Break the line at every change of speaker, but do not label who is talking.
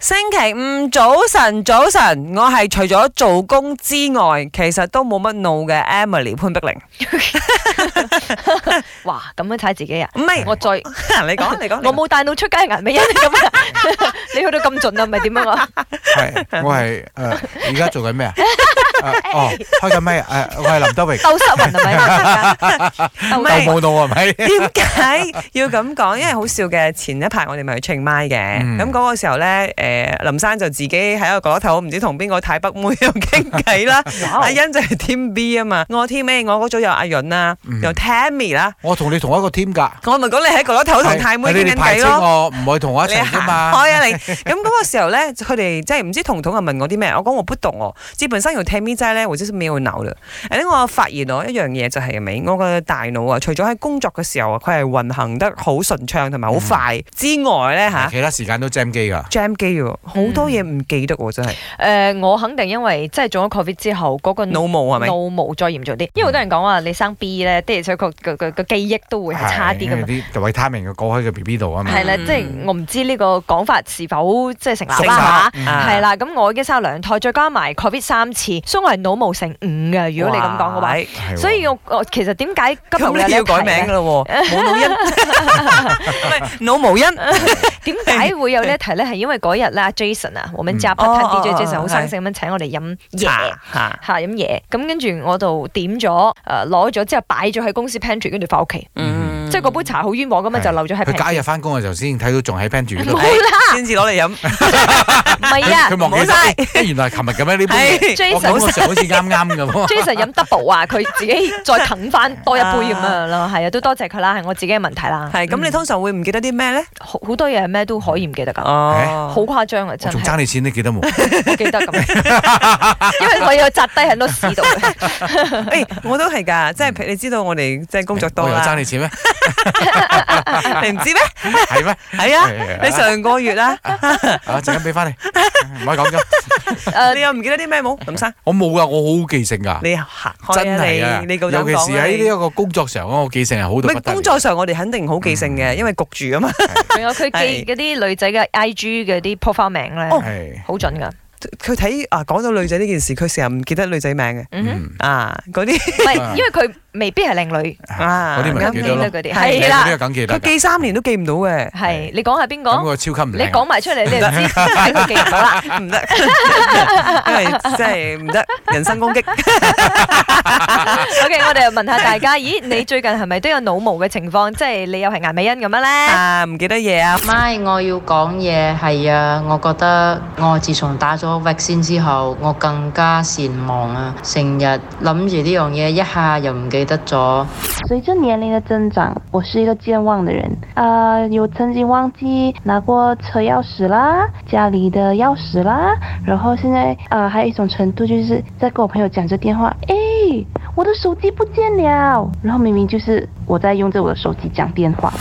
星期五早晨，早晨，我係除咗做工之外，其實都冇乜腦嘅 Emily 潘碧玲。
哇，咁樣睇 自己啊！
唔係，
我再，
你講，你講，
我冇帶腦出街嘅顏 美欣你咁啊！ 你去到咁盡啊，咪點樣啊？
系，我係诶，而家做緊咩啊？啊哦，開緊咪诶，我係林德榮，
鬥失魂係 咪？鬥
唔係
失
鬥冇腦啊，係咪？
點解要咁講？因為好笑嘅，前一排我哋咪去清邁嘅，
嗯
咁嗰、個時候咧，誒、林生就自己喺一個角落頭，唔知同邊個泰北妹喺度傾偈 啦。
魂
阿欣就係 Team B 啊嘛，我 Team A，我嗰組有阿潤啦，
嗯
有 Tammy 啦，
我同你同一個 team 㗎，
我咪講你喺角落頭同
係
泰妹
係
傾
你
緊
哋
偈
排斥
咯。
我，唔可以同我一齊㗎
你
嘛。
行開啊你！ 咁嗰個時候咧，佢哋即係唔知彤彤啊問我啲咩，我講我不懂哦。基本上有聽咪仔咧，或者是沒有腦的。誒，我發現我一樣嘢就係咪？我個大腦啊，除咗喺工作嘅時候啊，佢係運行得好順暢同埋
嗯
好快之外咧 嚇
其他時間都 jam 機㗎，
，jam 機喎，好多嘢唔記得喎，真係
誒，我肯定因為即係中咗 Covid 之後嗰
嗯
個
腦霧係咪？嗯
腦霧再嚴重啲，因為好多人講話你生 B 咧，的而且確個個個記憶都會係差啲
因
咁
為
樣。
啲維他命嘅過去嘅 B B 度啊嘛。
係啦，
嗯
即係我唔知呢個講法是否即係成立
成
啦
立
嚇。
啊
係啦，咁我已經生咗兩胎，再加埋 Covid 三次，所以我係腦霧成五嘅。如果你咁講嘅話，
喂
係喎
所以我我其實點解今日
咁
會有呢
你
一
要改
題呢
名㗎咯 喎，冇腦音， 唔係腦無音。
點解會有呢一題咧？係因為嗰日咧阿，Jason 啊，我們家
嗯
不
哦哦
攤 DJ
哦
Jason 好生性咁樣請我哋飲 嘢。
嚇
嚇飲嘢，咁跟住我就點咗，誒攞咗之後擺咗喺公司 pantry，跟住翻屋企，
嗯
即係嗰杯茶好冤枉咁啊，
係
就留咗喺
佢
pantry。
假日翻工嘅時候先睇到仲喺 pantry 嗰度
冇，啦，
先至攞嚟飲，
唔 係啊
佢忘記
唔好嘥
咗，咦原來係琴日咁樣呢杯嘢。
係，Jason
我感覺上好似啱啱咁喎。
，Jason 飲 double 啊，佢自己再啃翻多一杯咁樣 咯，係啊，都多謝佢啦，係我自己嘅問題啦。
係咁你通常會唔記得啲咩咧？
好好多嘢係咩都可以唔記得㗎，
哦，
好誇張啊，
我
真
仲
係。
爭你錢，你記得冇？
我記得咁， 因為我有扎低喺多屎度嘅，
誒，我都係㗎，即係譬如你知道我哋即係工作多
我哦又爭
啦，
你錢咩？
你唔知咩？
係咩？
係啊，
係
你上個月 啦，
啊，陣間俾翻你，唔可以講咗。
你
誒
又唔記得啲咩冇？ 林生，
我冇噶，我好記性噶，
你行
真
開
係
啊
啊！
你，你夠膽
尤其是
講啊
喺呢一
你
個工作上，我記性係好
唔
到不
係
得了
工作上，我哋肯定好記性嘅，因為焗住啊嘛。
仲有佢記嗰啲女仔嘅 I G 嗰啲 profile 名咧，
係
好準噶。
佢睇啊，講到女仔呢件事，佢成日唔記得女仔名 嘅
嗯哼，
嗯
啊，嗰啲
唔係因為佢未必係靚女，
啊，
嗰啲咪
咁
記得咯
嗰
係
啲係
呢
啦
個。梗記得
佢
㗎，
記三年都記唔到嘅，
係你講係邊
咁
個？
我超級唔啊
你
靚。
講埋出嚟你就知係佢記唔到啦。
唔得， 因為真係唔得，人身攻擊。
OK，我哋問下大家，咦，你最近係咪都有腦霧嘅情況？即係你又係顏美欣咁樣咧？
啊，唔記得嘢啊，
咪，我要講嘢係啊！我覺得我自從打咗 vaccine 之後，我更加善忘啊！成日諗住呢樣嘢，一下又唔記得咗。
随着年龄的增长，我是一个健忘的人。呃，有曾经忘记拿过车钥匙啦，家里的钥匙啦，然后现在呃还有一种程度就是在跟我朋友讲着电话，哎，我的手机不见了，然后明明就是我在用着我的手机讲电话。